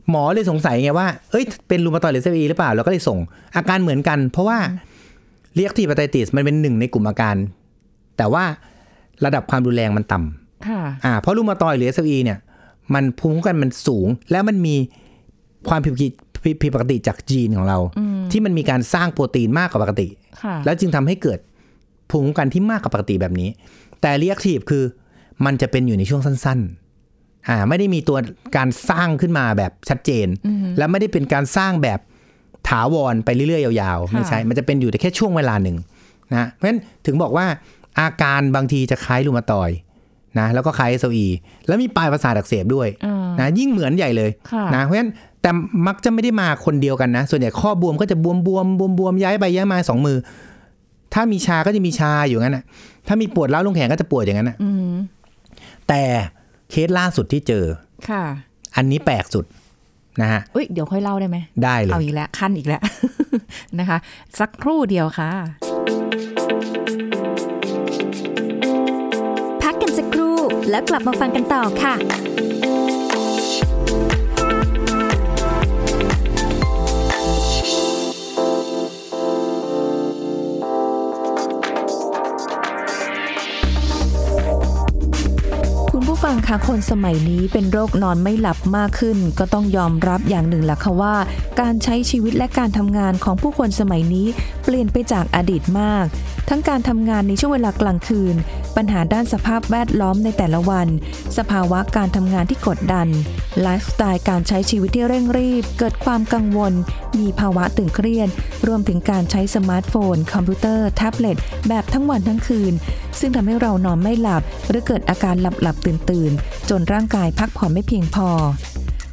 [SPEAKER 2] หมอเลยสงสัยไงว่า เอ้ย เป็นรูมาตอยด์หรือเซอีหรือเปล่า แล้วก็เลยส่ง อาการเหมือนกัน เพราะว่าเรียกทีปไตติสมันเป็นหนึ่งในกลุ่มอาการ แต่ว่าระดับความรุนแรงมันต่ำ
[SPEAKER 1] ค่ะ
[SPEAKER 2] อ่าเพราะรูมาตอยด์หรือ SLE เนี่ย มันภูมิคุ้มกันมันสูง แล้วมันมีความผิดปกติผิดผิดปกติจากจีนของเรา ที่มันมีการสร้างโปรตีนมากกว่าปกติ
[SPEAKER 1] ค่ะ
[SPEAKER 2] แล้วจึงทำให้เกิดภูมิคุ้มกันที่มากกว่าปกติแบบนี้ แต่เรียกทีฟคือมันจะเป็นอยู่ในช่วงสั้นๆอ่าไม่ได้มีตัวการสร้างขึ้นมาแบบชัดเจน และไม่ได้เป็นการสร้างแบบถาวรไปเรื่อยๆ ยาวๆ ไม่ใช่ มันจะเป็นอยู่แต่แค่ช่วงเวลาหนึ่งนะเพราะฉะนั้นถึงบอกว่าอาการบางทีจะคล้ายรูมาตอยด์นะแล้วก็คล้ายเอสอีแล้วมีปลายประสาทอักเสบด้วย
[SPEAKER 1] อ่าน
[SPEAKER 2] นะยิ่งเหมือนใหญ่เลย
[SPEAKER 1] ค่ะ
[SPEAKER 2] นะเพราะฉะนั้นแต่มักจะไม่ได้มาคนเดียวกันนะ ส่วนใหญ่ข้อบวมก็จะบวมบวมบวมบวมย้ายไปย้ายมาสองมือ ถ้ามีชาก็จะมีชาอยู่งั้นน่ะ ถ้ามีปวดเล้าวลงแขนก็จะปวดอย่างนั้นน่ะแต่เคสล่าสุดที่เจอ
[SPEAKER 1] ค่ะ
[SPEAKER 2] อันนี้แปลกสุดนะฮะ
[SPEAKER 1] เอ้ยเดี๋ยวค่อยเล่าได้ไหม
[SPEAKER 2] ได้เล
[SPEAKER 1] เอา
[SPEAKER 2] ย
[SPEAKER 1] อีกแล้วขั้นอีกแล้ว นะคะ สักครู่เดียวค่ะ
[SPEAKER 3] พักกันสักครู่แล้วกลับมาฟังกันต่อค่ะ
[SPEAKER 4] คุณผู้ฟังคะคนสมัยนี้เป็นโรคนอนไม่หลับมากขึ้น ก็ต้องยอมรับอย่างหนึ่งแหละค่ะว่า การใช้ชีวิตและการทำงานของผู้คนสมัยนี้เปลี่ยนไปจากอดีตมาก ทั้งการทำงานในช่วงเวลากลางคืน ปัญหาด้านสภาพแวดล้อมในแต่ละวัน สภาวะการทำงานที่กดดันไลฟ์สไตล์การใช้ชีวิตที่เร่งรีบ เกิดความกังวล มีภาวะตึงเครียดรวมถึงการใช้สมาร์ทโฟน คอมพิวเตอร์ แท็บเล็ตแบบทั้งวันทั้งคืน ซึ่งทำให้เรานอนไม่หลับ หรือเกิดอาการหลับหลับตื่นตื่นๆ จนร่างกายพักผ่อนไม่เพียงพอ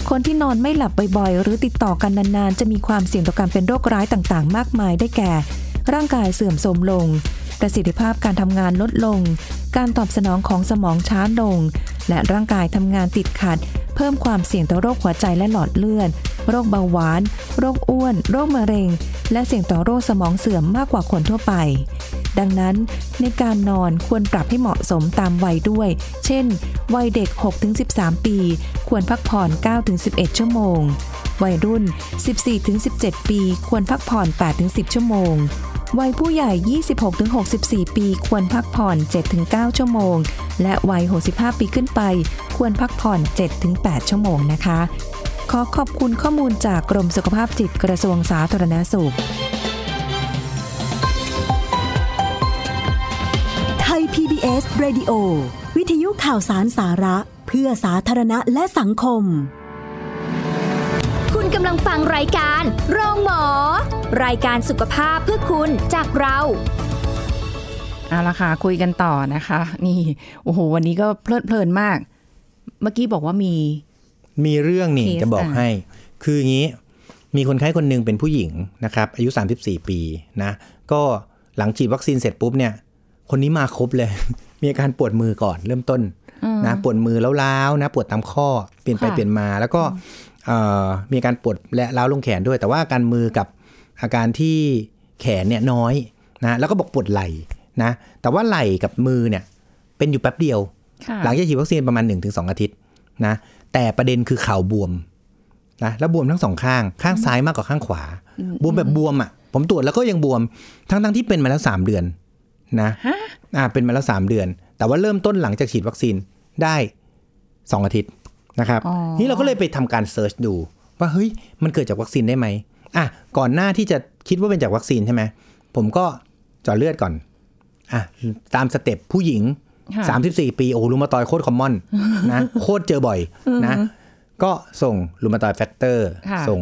[SPEAKER 4] คนที่นอนไม่หลับบ่อยๆ หรือติดต่อกันนานๆ จะมีความเสี่ยงต่อการเป็นโรคร้ายต่างๆ มากมายได้แก่ ร่างกายเสื่อมโทรมลง ประสิทธิภาพการทำงานลดลง การตอบสนองของสมองช้าลง และร่างกายทำงานติดขัด เพิ่มความเสี่ยงต่อโรคหัวใจและหลอดเลือด โรคเบาหวาน โรคอ้วน โรคมะเร็ง และเสี่ยงต่อโรคสมองเสื่อมมากกว่าคนทั่วไป ดังนั้นในการนอนควรปรับให้เหมาะสมตามวัยด้วย เช่น วัยเด็ก 6-13 ปี ควรพักผ่อน 9-11 ชั่วโมง วัยรุ่น 14-17 ปี ควรพักผ่อน 8-10 ชั่วโมง วัยผู้ใหญ่ 26-64 ปี ควรพักผ่อน 7-9 ชั่วโมง และวัย 65 ปีขึ้นไป ควรพักผ่อน 7-8 ชั่วโมงนะคะ ขอขอบคุณข้อมูลจากกรมสุขภาพจิตกระทรวงสาธารณสุข
[SPEAKER 5] ไทย PBS Radio วิทยุข่าวสารสาระ เพื่อสาธารณะและสังคม
[SPEAKER 3] คุณกำลังฟังรายการโรงหมอ รายการสุขภาพเพื่อคุณจากเรา
[SPEAKER 1] เอาละค่ะคุยกันต่อนะคะ นี่โอ้โหวันนี้ก็เพลิดเพลินมาก เมื่อกี้บอกว่ามี
[SPEAKER 2] มีเรื่องนี่
[SPEAKER 1] เคส
[SPEAKER 2] จะบอก
[SPEAKER 1] อ่ะ
[SPEAKER 2] ให้ คืออย่างนี้ มีคนไข้คนหนึ่งเป็นผู้หญิงนะครับ อายุ 34 ปีนะ ก็หลังฉีดวัคซีนเสร็จปุ๊บเนี่ย คนนี้มาครบเลย มีอาการปวดมือก่อนเริ่มต้นนะปวดมือแล้วล้าวๆนะ ปวดตามข้อเปลี่ยนไปเปลี่ยนมาแล้วก็เอ่อมีอาการปวดและล้าวลงแขนด้วย แต่ว่าอาการมือกับอาการที่แขนเนี่ยน้อยนะแล้วก็บอกปวดไหล่นะแต่ว่าไหล่กับมือเนี่ยเป็นอยู่แป๊บเดียว
[SPEAKER 1] ค่ะ
[SPEAKER 2] หลังจากฉีดวัคซีนประมาณ 1-2 อาทิตย์นะแต่ประเด็นคือเข่าบวมนะแล้วบวมทั้งสองข้างข้างซ้ายมากกว่าข้างขวา บวมแบบบวมอ่ะ ผมตรวจแล้วก็ยังบวมทั้งทั้งๆที่เป็นมาแล้วสามเดือนนะอ่าเป็นมาแล้วสามเดือน แต่ว่าเริ่มต้นหลังจากฉีดวัคซีนได้สองอาทิตย์นะครับ
[SPEAKER 1] อ๋อ
[SPEAKER 2] นี่เราก็เลยไปทำการเซิร์ชดูว่าเฮ้ยมันเกิดจากวัคซีนได้ไหมอ่ะก่อนหน้าที่จะคิดว่าเป็นจากวัคซีนใช่ไหมผมก็เจาะเลือดก่อนอ่ะตามสเต็ปผู้หญิง
[SPEAKER 1] ค่ะ
[SPEAKER 2] 34 ปี โอ้ลูมาตอยด์โคตรคอมมอน นะ โคตรเจอบ่อยนะ ก็ส่งลูมาตอยด์แฟกเตอร์
[SPEAKER 1] ค่ะ
[SPEAKER 2] ส่ง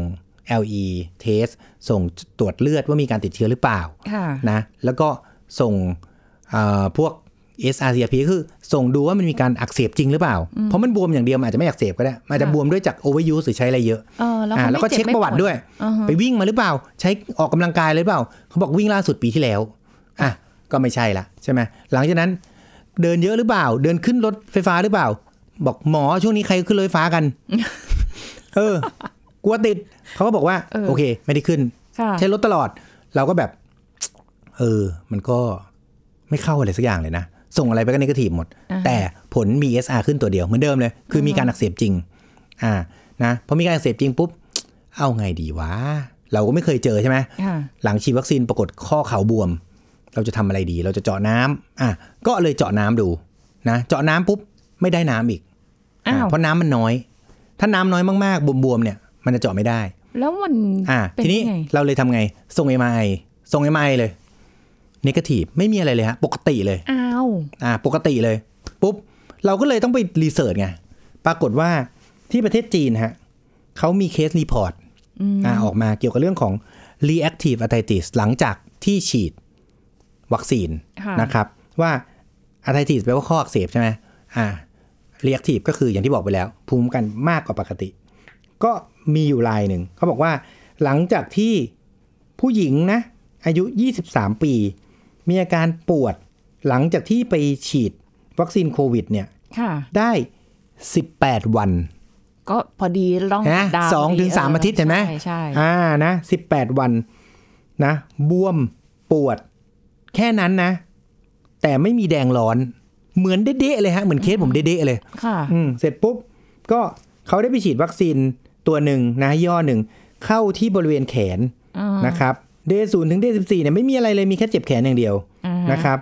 [SPEAKER 2] LE test ส่งตรวจเลือดว่ามีการติดเชื้อหรือเปล่า
[SPEAKER 1] ค่ะ
[SPEAKER 2] นะ แล้วก็ส่งเอ่อพวก SRCP คือส่งดูว่ามันมีการอักเสบจริงหรือเปล่า เพราะมันบวมอย่างเดียวมันอาจจะไม่อักเสบก็ได้มันอาจจะ
[SPEAKER 1] ค่ะ
[SPEAKER 2] บวมด้วยจาก overuse หรือใช้อะไรเยอะ
[SPEAKER 1] เออแล้ว
[SPEAKER 2] อ่า
[SPEAKER 1] ขา
[SPEAKER 2] แล้วก็
[SPEAKER 1] ไม่จ็บ
[SPEAKER 2] เช็คประวัติ
[SPEAKER 1] ไม่ป
[SPEAKER 2] ด้วย
[SPEAKER 1] อ่าฮะ
[SPEAKER 2] ไปวิ่งมาหรือเปล่า ใช้ออกกำลังกายเลยหรือเปล่า เขาบอกวิ่งล่าสุดปีที่แล้วอ่ะก็ไม่ใช่ละใช่ไหมหลังจากนั้น เดินเยอะหรือเปล่า เดินขึ้นรถไฟฟ้าหรือเปล่า บอกหมอช่วงนี้ใครขึ้นรถไฟฟ้ากัน เออกลัวติดเขาก็บอกว่า
[SPEAKER 1] เออ
[SPEAKER 2] โอเค ไม่ได้ขึ้น
[SPEAKER 1] ค่ะ
[SPEAKER 2] ใช้รถตลอด เราก็แบบ เออ มันก็ไม่เข้าอะไรสักอย่างเลยนะ ส่งอะไรไปก็นกทีฟหมด แต่ผลมี SR ขึ้นตัวเดียวเหมือนเดิมเลย คือมีการอักเสบจริง อ่า นะพอมีการอักเสบจริงปุ๊บ เอาไงดีวะ เราก็ไม่เคยเจอใช่ไหม
[SPEAKER 1] ค่ะ
[SPEAKER 2] หลังฉีดวัคซีนปรากฏข้อเข่าบวม เราจะทำอะไรดี เราจะเจาะน้ำอ่ะก็เลยเจาะน้ำดูนะเจาะน้ำปุ๊บไม่ได้น้ำอีกอ่ะ
[SPEAKER 1] อ้าว
[SPEAKER 2] เพราะน้ำมันน้อย ถ้าน้ำน้อยมากๆบวมๆเนี่ยมันจะเจาะไม่ได้
[SPEAKER 1] แล้วมัน
[SPEAKER 2] อ่ะ
[SPEAKER 1] เป็
[SPEAKER 2] ทีนี้
[SPEAKER 1] ยังไง
[SPEAKER 2] เราเลยทำไง ส่งเอ็มไอส่งเอ็มไอเลยนกาทีฟไม่มีอะไรเลยฮะ ปกติเลย
[SPEAKER 1] อ้าว
[SPEAKER 2] อ่าปกติเลย ปุ๊บ เราก็เลยต้องไปรีเสิร์ชไง ปรากฏว่าที่ประเทศจีนฮะเขามีเคสรีพอร์ตอ่าออกมาเกี่ยวกับเรื่องของ reactive arthritis หลังจากที่ฉีดวัคซีนนะครับ ว่า arthritis แปลว่าข้ออักเสบใช่ไหมอ่า reactive ก็คืออย่างที่บอกไปแล้ว ภูมิคุ้มกันมากกว่าปกติ ก็มีอยู่รายหนึ่งเขาบอกว่าหลังจากที่ผู้หญิงนะ อายุ 23 ปี มีอาการปวดหลังจากที่ไปฉีดวัคซีนโควิดเนี่ย
[SPEAKER 1] ค่ะ
[SPEAKER 2] ได้ 18 วัน
[SPEAKER 1] ก็พอดีร่อง
[SPEAKER 2] นะ
[SPEAKER 1] ดาว
[SPEAKER 2] สองถึงสามอาทิตย์เห็นไหม
[SPEAKER 1] ใช่ใช่
[SPEAKER 2] อ่านะ18 วันนะบวมปวดแค่นั้นนะ แต่ไม่มีแดงร้อนเหมือนเด๊ะๆเลยฮะ เหมือนเคสผมเด๊ะๆเลย
[SPEAKER 1] ค่ะ
[SPEAKER 2] อืมเสร็จปุ๊บ ก็เขาได้ไปฉีดวัคซีนตัวหนึ่งนะย่อหนึ่ง เข้าที่บริเวณแขน
[SPEAKER 1] อ่าน
[SPEAKER 2] นะครับเดศูนย์ถึงเดสิบสี่เนี่ยไม่มีอะไรเลยมีแค่เจ็บแขนอย่างเดียวนะครับ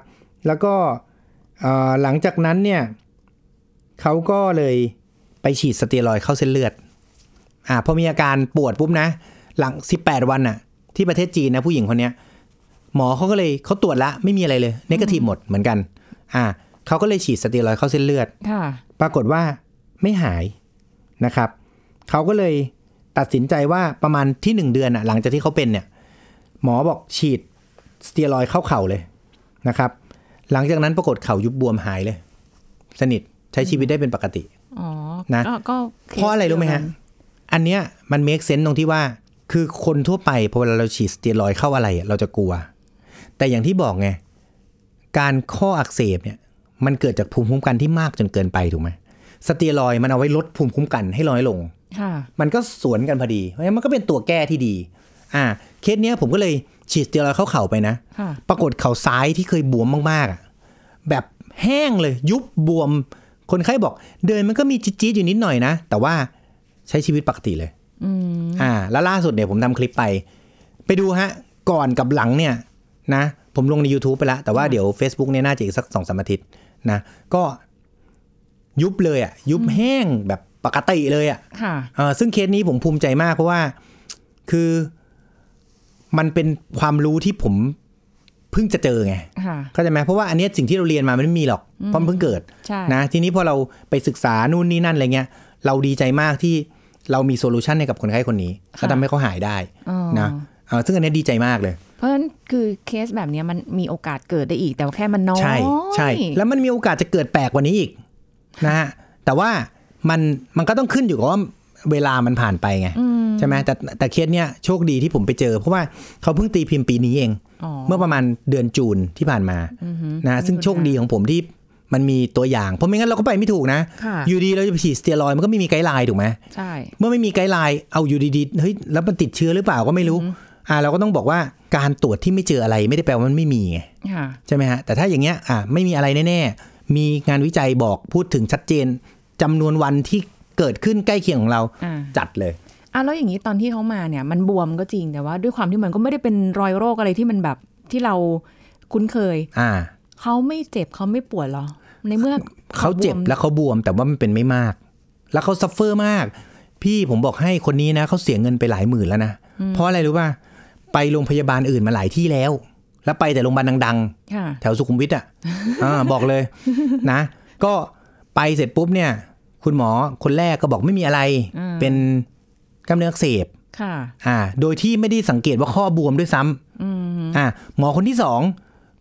[SPEAKER 2] แล้วก็เอ่อหลังจากนั้นเนี่ยเขาก็เลยไปฉีดสเตียรอยด์เข้าเส้นเลือด อ่าพอมีอาการปวดปุ๊บนะ หลัง 18 วันน่ะ ที่ประเทศจีนนะผู้หญิงคนเนี้ย หมอเขาก็เลยเขาตรวจละไม่มีอะไรเลยเนกาทีฟหมดเหมือนกัน อ่าเขาก็เลยฉีดสเตียรอยด์เข้าเส้นเลือด
[SPEAKER 1] ค่ะ
[SPEAKER 2] ปรากฏว่าไม่หายนะครับ เขาก็เลยตัดสินใจว่าประมาณที่หนึ่งเดือนน่ะหลังจากที่เขาเป็นเนี่ย หมอบอกฉีดสเตียรอยด์เข้าเข่าเลยนะครับ หลังจากนั้นปรากฏเข่ายุบบวมหายเลย สนิทใช้ชีวิตได้เป็นปกติ
[SPEAKER 1] อ๋อ
[SPEAKER 2] นะ
[SPEAKER 1] ก็ก็
[SPEAKER 2] เพราะอะไรรู้ไหมฮะ อันเนี้ยมัน make sense ตรงที่ว่า คือคนทั่วไปพอเวลาเราฉีดสเตียรอยด์เข้าอะไรอะเราจะกลัว แต่อย่างที่บอกไง การข้ออักเสบเนี่ย มันเกิดจากภูมิคุ้มกันที่มากจนเกินไปถูกไหมสเตียรอยด์มันเอาไว้ลดภูมิคุ้มกันให้น้อยลง
[SPEAKER 1] ค่ะ
[SPEAKER 2] มันก็สวนกันพอดี เพราะฉะนั้นมันก็เป็นตัวแก้ที่ดี อ่า เคสเนี้ยผมก็เลยฉีดสเตียรอยด์เข้าเข่าไปนะ
[SPEAKER 1] ค่ะ
[SPEAKER 2] ปรากฏเข่าซ้ายที่เคยบวมมากๆอะแบบแห้งเลย ยุบบวม คนไข้บอก เดินมันก็มีจี๊ดๆอยู่นิดหน่อยนะ แต่ว่าใช้ชีวิตปกติเลยอ่า แล้วล่าสุดเนี่ยผมทำคลิปไป ไปดูฮะ ก่อนกับหลังเนี่ยนะ ผมลงใน YouTube ไปละแต่ว่าเดี๋ยว Facebook เนี่ยน่าจะอีกสักสองสามอาทิตย์นะ ก็ยุบเลยอะยุบแห้งแบบปกติเลยอะ
[SPEAKER 1] ค่ะ
[SPEAKER 2] เอ่อซึ่งเคสนี้ผมภูมิใจมากเพราะว่าคือมันเป็นความรู้ที่ผมเพิ่งจะเจอไง
[SPEAKER 1] ค่ะ
[SPEAKER 2] เข้าใจไหมเพราะว่าอันเนี้ยสิ่งที่เราเรียนมามันไม่มีหรอกเพราะมันเพิ่งเกิด
[SPEAKER 1] ใช่
[SPEAKER 2] นะทีนี้พอเราไปศึกษานู่นนี่นั่นอะไรเงี้ย เราดีใจมากที่เรามีโซลูชันให้กับคนไข้คนนี้ก็ทำให้เขาหายได้
[SPEAKER 1] อ๋อ
[SPEAKER 2] นะเอ่อซึ่งอันเนี้ยดีใจมากเลย
[SPEAKER 1] เพราะฉะนั้นคือเคสแบบเนี้ยมันมีโอกาสเกิดได้อีก แต่ว่าแค่มันน้อย
[SPEAKER 2] ใช่ใช่แล้วมันมีโอกาสจะเกิดแปลกกว่านี้อีกนะฮะแต่ว่ามันมันก็ต้องขึ้นอยู่กับว่าเวลามันผ่านไปไงใช่ไหมแต่แต่เคสเนี้ยโชคดีที่ผมไปเจอ เพราะว่าเขาเพิ่งตีพิมพ์ปีนี้เอง
[SPEAKER 1] อ๋อ
[SPEAKER 2] เมื่อประมาณเดือนจูนที่ผ่านมานะซึ่งโชคดีของผมที่มันมีตัวอย่าง เพราะไม่งั้นเราก็ไปไม่ถูกนะ
[SPEAKER 1] ค่ะ
[SPEAKER 2] อยู่ดีเราจะไปฉีดสเตียรอยด์มันก็ไม่มีไกด์ไลน์ถูกไหม
[SPEAKER 1] ใช่
[SPEAKER 2] เมื่อไม่มีไกด์ไลน์ เอาอยู่ดีๆ เฮ้ย แล้วมันติดเชื้อหรือเปล่าก็ไม่รู้ อ่า เราก็ต้องบอกว่าการตรวจที่ไม่เจออะไรไม่ได้แปลว่ามันไม่มีไง
[SPEAKER 1] ค่ะ
[SPEAKER 2] ใช่ไหมฮะ แต่ถ้าอย่างเงี้ย อ่ะไม่มีอะไรแน่ ๆ มีงานวิจัยบอกพูดถึงชัดเจนจำนวนวันที่เกิดขึ้นใกล้เคียงของเรา
[SPEAKER 1] อ่า
[SPEAKER 2] จัดเลย
[SPEAKER 1] อ่ะแล้วอย่างนี้ตอนที่เขามาเนี่ยมันบวมก็จริงแต่ว่าด้วยความที่มันก็ไม่ได้เป็นรอยโรคอะไรที่มันแบบที่เราคุ้นเคย
[SPEAKER 2] อ่า
[SPEAKER 1] เขาไม่เจ็บเขาไม่ปวดเหรอ ในเมื่อ
[SPEAKER 2] เขาเจ็บ
[SPEAKER 1] วม
[SPEAKER 2] แล้วเขาบวมแต่ว่ามันเป็นไม่มาก แล้วเขาซัฟเฟอร์มาก พี่ผมบอกให้คนนี้นะเขาเสียเงินไปหลายหมื่นแล้วนะ เพราะอะไรรู้ป่ะ ไปโรงพยาบาลอื่นมาหลายที่แล้ว แล้วไปแต่โรงพยาบาลดัง ๆ
[SPEAKER 1] ค่ะ
[SPEAKER 2] แถวสุขุมวิทอ่ะ อ่าบอก เลย นะ ก็ไปเสร็จปุ๊บเนี่ย คุณหมอคนแรกก็บอกไม่มีอะไร
[SPEAKER 1] อ่า
[SPEAKER 2] เป็นกล้ามเนื้ออักเสบ
[SPEAKER 1] ค่ะ
[SPEAKER 2] อ่า โดยที่ไม่ได้สังเกตว่าข้อบวมด้วยซ้ำอ่า หมอคนที่สอง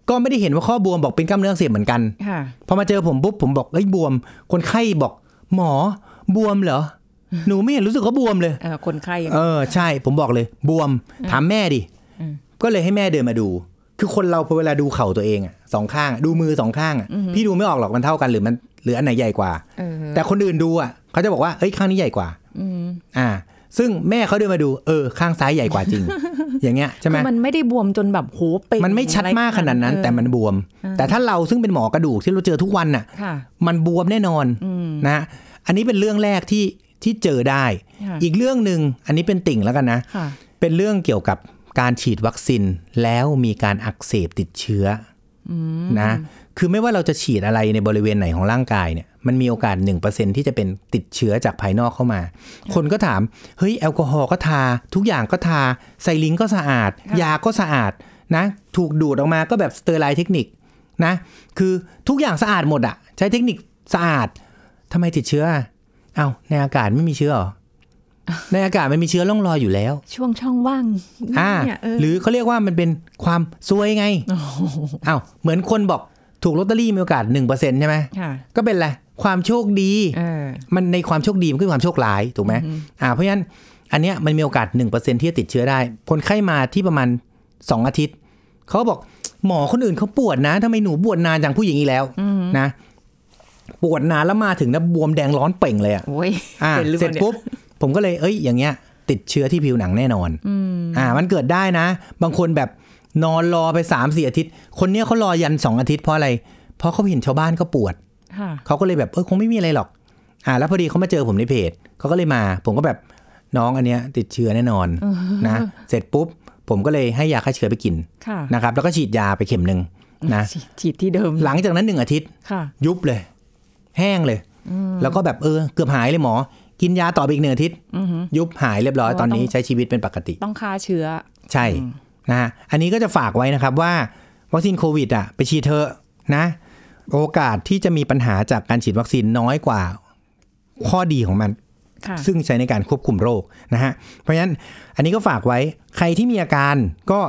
[SPEAKER 2] ก็ไม่ได้เห็นว่าข้อบวมบอกเป็นกล้ามเนื้ออักเสบเหมือนกัน
[SPEAKER 1] ค่ะ
[SPEAKER 2] พอมาเจอผมปุ๊บผมบอกเอ้ยบวม คนไข้บอก หมอบวมเหรอ หนูไม่เห็นรู้สึกว่าบวมเลย
[SPEAKER 1] เอ่อคนไข้
[SPEAKER 2] เออใช่ผมบอกเลยบวมถามแม่ดิ ก็เลยให้แม่เดินมาดู คือคนเราพอเวลาดูเข่าตัวเองอะสองข้างอะดูมือสองข้างอะพี่ดูไม่ออกหรอกมันเท่ากันหรือมันหรืออันไหนใหญ่กว่า
[SPEAKER 1] เออ
[SPEAKER 2] แต่คนอื่นดูอ่ะเขาจะบอกว่าเอ้ยข้างนี้ใหญ่กว่าอ่า ซึ่งแม่เขาเดินมาดูเออข้างซ้ายใหญ่กว่า จริง อย่างเงี้ยใช่ไหม
[SPEAKER 1] คือมันไม่ได้บวมจนแบบโหเป็น
[SPEAKER 2] มันไม่ชัดมากขนาดนั้น
[SPEAKER 1] เออ
[SPEAKER 2] แต่มันบวม แต่ถ้าเราซึ่งเป็นหมอกระดูกที่เราเจอทุกวันน่ะ
[SPEAKER 1] ค่ะ
[SPEAKER 2] มันบวมแน่นอนนะฮะอันนี้เป็นเรื่องแรกที่ ที่เจอได้
[SPEAKER 1] ค่ะ
[SPEAKER 2] อีกเรื่องหนึ่งอันนี้เป็นติ่งแล้วกันนะ
[SPEAKER 1] ค่ะ
[SPEAKER 2] เป็นเรื่องเกี่ยวกับการฉีดวัคซีนแล้วมีการอักเสบติดเชื้ออนะคือไม่ว่าเราจะฉีดอะไรในบริเวณไหนของร่างกายเนี่ยมันมีโอกาส 1%ที่จะเป็นติดเชื้อจากภายนอกเข้ามา คนก็ถาม เฮ้ย แอลกอฮอล์ก็ทา ทุกอย่างก็ทาไซลิงก็สะอาด ยาก็สะอาดนะถูกดูดออกมาก็แบบสเตอร์ไลท์เทคนิคนะคือทุกอย่างสะอาดหมดอะใช้เทคนิคสะอาดทำไมติดเชื้ออะเอ้าในอากาศไม่มีเชื้อเหรอ ในอากาศมันมีเชื้อล่องลอยอยู่แล้ว
[SPEAKER 4] ช่วงช่องว่าง
[SPEAKER 2] อ่า
[SPEAKER 4] เนี่ยเออ
[SPEAKER 2] หรือเขาเรียกว่ามันเป็นความซวยไงอ้าวเหมือนคนบอกถูกลอตเตอรี่มีโอกาสหนึ่งเปอร์เซ็นใช่ไหม
[SPEAKER 1] ค่ะ
[SPEAKER 2] ก็เป็นไรความโชคดี
[SPEAKER 1] เออ
[SPEAKER 2] มันในความโชคดีมันคือความโชคร้ายถูกไหมอ่าเพราะฉะนั้นอันเนี้ยมันมีโอกาสหนึ่งเปอร์เซ็นที่จะติดเชื้อได้ คนไข้มาที่ประมาณสองอาทิตย์ เขาบอกหมอคนอื่นเขาปวดนะทำไมหนูปวดนานจังผู้หญิงอีกแล้วนะปวดนานแล้วมาถึงนะบวมแดงร้อนเป่งเลยอะ
[SPEAKER 1] โอ้ย
[SPEAKER 2] อ่า
[SPEAKER 1] เป็นหอ
[SPEAKER 2] เสร็จ
[SPEAKER 1] นี่ย
[SPEAKER 2] ปุ๊บ ผมก็เลยเอ้ยอย่างเงี้ย ติดเชื้อที่ผิวหนังแน่นอนอ่า มันเกิดได้นะ บางคนแบบนอนรอไป3ามสี่อาทิตย์ คนเนี้ยเขารอยัน 2 อาทิตย์เพราะอะไร เพราะเขาเห็นชาวบ้านก็ปวด
[SPEAKER 1] ค่ะ
[SPEAKER 2] เขาก็เลยแบบเออคงไม่มีอะไรหรอก อ่า แล้วพอดีเขามาเจอผมในเพจเขาก็เลยมา ผมก็แบบน้องอันเนี้ยติดเชื้อแน่ นอนนะเสร็จปุ๊บ ผมก็เลยให้ยาฆ่าเชื้อไปกิน
[SPEAKER 1] ค่ะ
[SPEAKER 2] นะครับ แล้วก็ฉีดยาไปเข็มหนึ่ง นะ
[SPEAKER 1] ฉีดฉีดที่เดิม
[SPEAKER 2] หลังจากนั้นหนึ่งอาทิตย์
[SPEAKER 1] ค่ะ
[SPEAKER 2] ยุบเลย แห้งเลย แล้วก็แบบเออเกือบหายเลยหมอ กินยาต่อไปอีกหนึ่งอาทิตย์ยุบหายเรียบร้อย
[SPEAKER 1] อ๋อ
[SPEAKER 2] ตอนนี้
[SPEAKER 1] ต้อง
[SPEAKER 2] ใช้ชีวิตเป็นปกติ
[SPEAKER 1] ต้องฆ่าเชื้อ
[SPEAKER 2] ใช่นะฮะอันนี้ก็จะฝากไว้นะครับว่าวัคซีนโควิดอ่ะไปฉีดเถอะนะ โอกาสที่จะมีปัญหาจากการฉีดวัคซีนน้อยกว่าข้อดีของมัน
[SPEAKER 1] ค่ะ
[SPEAKER 2] ซึ่งใช้ในการควบคุมโรคนะฮะ เพราะฉะนั้นอันนี้ก็ฝากไว้ใครที่มีอาการก็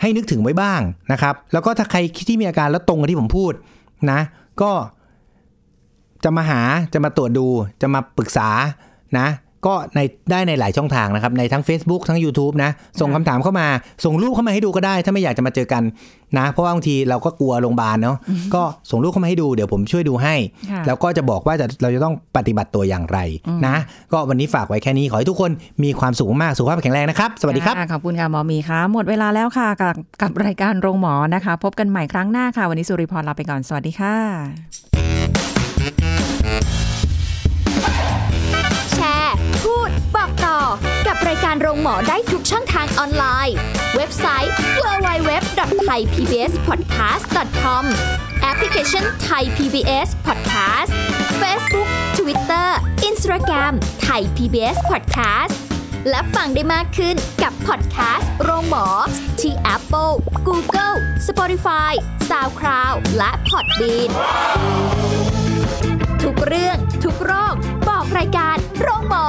[SPEAKER 2] ให้นึกถึงไว้บ้างนะครับ แล้วก็ถ้าใครที่มีอาการแล้วตรงกับที่ผมพูดนะ ก็จะมาหาจะมาตรวจดูจะมาปรึกษานะ ก็ในได้ในหลายช่องทางนะครับ ในทั้ง Facebook ทั้ง YouTube นะ ส่งคำถามเข้ามา ส่งรูปเข้ามาให้ดูก็ได้ ถ้าไม่อยากจะมาเจอกันนะ เพราะว่าบางทีเราก็กลัวโรงพยาบาลเนาะก็ส่งรูปเข้ามาให้ดูเดี๋ยวผมช่วยดูให้
[SPEAKER 1] ค่ะ
[SPEAKER 2] แล้วก็จะบอกว่าจะเราจะต้องปฏิบัติตัวอย่างไรนะ ก็วันนี้ฝากไว้แค่นี้ ขอให้ทุกคนมีความสุขมากๆสุขภาพแข็งแรงนะครับ สวัสดีครับ
[SPEAKER 1] อ่าขอบคุณค่ะหมอหมีค่ะ หมดเวลาแล้วค่ะกับกับรายการโรงหมอนะคะ พบกันใหม่ครั้งหน้าค่ะ วันนี้สุริพรลาไปก่อน สวัสดีค่ะ
[SPEAKER 3] แชร์ พูด บอกต่อ กับรายการโรงหมอได้ทุกช่องทางออนไลน์ เว็บไซต์ www.thaipbspodcast.com แอปพลิเคชัน Thai PBS Podcast Facebook Twitter Instagram Thai PBS Podcast และฟังได้มากขึ้นกับพอดแคสต์โรงหมอ ที่ Apple, Google, Spotify, SoundCloud และ Podbean ทุกเรื่องทุกโรค บอกรายการโรงหมอ